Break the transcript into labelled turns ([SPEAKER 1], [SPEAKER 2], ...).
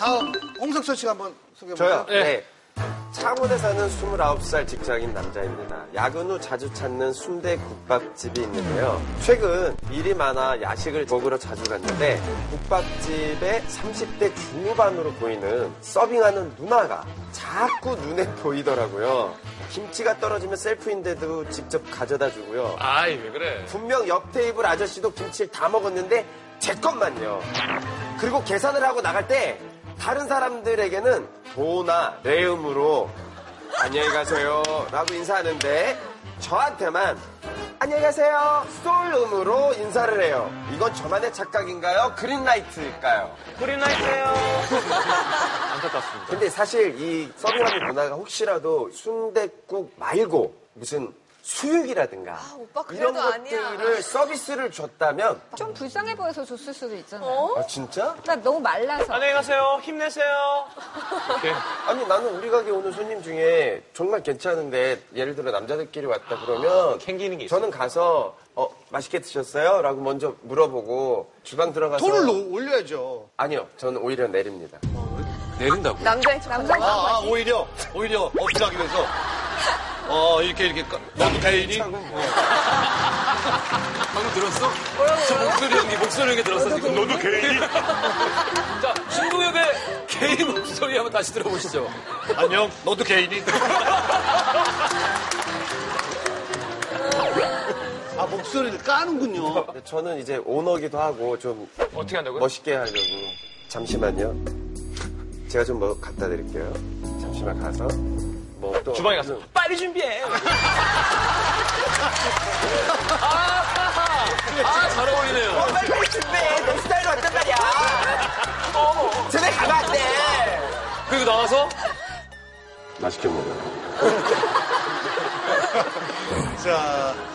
[SPEAKER 1] 다음 홍석천 씨가 한번 소개해
[SPEAKER 2] 저요?
[SPEAKER 1] 볼까요?
[SPEAKER 2] 네. 창원에 사는 29살 직장인 남자입니다. 야근 후 자주 찾는 순대 국밥집이 있는데요. 최근 일이 많아 야식을 먹으러 자주 갔는데 국밥집에 30대 중후반으로 보이는 서빙하는 누나가 자꾸 눈에 보이더라고요. 김치가 떨어지면 셀프인데도 직접 가져다 주고요.
[SPEAKER 3] 아이 왜 그래?
[SPEAKER 2] 분명 옆 테이블 아저씨도 김치를 다 먹었는데 제 것만요. 그리고 계산을 하고 나갈 때 다른 사람들에게는 도나 레음으로 안녕히 가세요 라고 인사하는데 저한테만 안녕히 가세요 솔음으로 인사를 해요. 이건 저만의 착각인가요? 그린라이트일까요? 근데 사실 이 서빙하는 문화가 혹시라도 순댓국 말고 무슨 수육이라든가
[SPEAKER 4] 아, 오빠 그래도
[SPEAKER 2] 이런 것들을
[SPEAKER 4] 아니야.
[SPEAKER 2] 서비스를 줬다면
[SPEAKER 5] 좀 불쌍해 보여서 줬을 수도 있잖아요.
[SPEAKER 4] 어?
[SPEAKER 2] 아 진짜?
[SPEAKER 5] 나 너무 말라서.
[SPEAKER 3] 안녕히 가세요. 힘내세요.
[SPEAKER 2] 아니 나는 우리 가게 오는 손님 중에 정말 괜찮은데 예를 들어 남자들끼리 왔다 그러면
[SPEAKER 3] 아, 캥기는 게 있어.
[SPEAKER 2] 저는 가서 어 맛있게 드셨어요? 라고 먼저 물어보고 주방 들어가서
[SPEAKER 1] 돈을 놓- 올려야죠.
[SPEAKER 2] 아니요 저는 오히려 내립니다
[SPEAKER 3] 내린다고.
[SPEAKER 4] 남자의 척.
[SPEAKER 5] 남자
[SPEAKER 6] 아, 아, 오히려, 오히려 어필하기 위해서. 어, 이렇게, 이렇게. 까- 너도 가인이?
[SPEAKER 3] 방금 들었어? 저 목소리 연기, 목소리 연기 들었어 지금. 너도 개인이? 자, 신동엽의 개인 목소리 한번 다시 들어보시죠.
[SPEAKER 6] 안녕, 너도 개인이?
[SPEAKER 1] 아 목소리를 까는군요.
[SPEAKER 2] 근데 저는 이제 오너기도 하고 좀
[SPEAKER 3] 어떻게 한다고요?
[SPEAKER 2] 멋있게 하려고 잠시만요 제가 좀 뭐 갖다 드릴게요 잠시만 가서 뭐 또
[SPEAKER 3] 주방에 가서 빨리 준비해. 아잘 어울리네요.
[SPEAKER 2] 빨리 빨리 준비해 내 스타일은 어단 말이야 쟤네 가면 안돼
[SPEAKER 3] 어. 그리고 나와서
[SPEAKER 2] 맛있게 먹어요
[SPEAKER 1] 자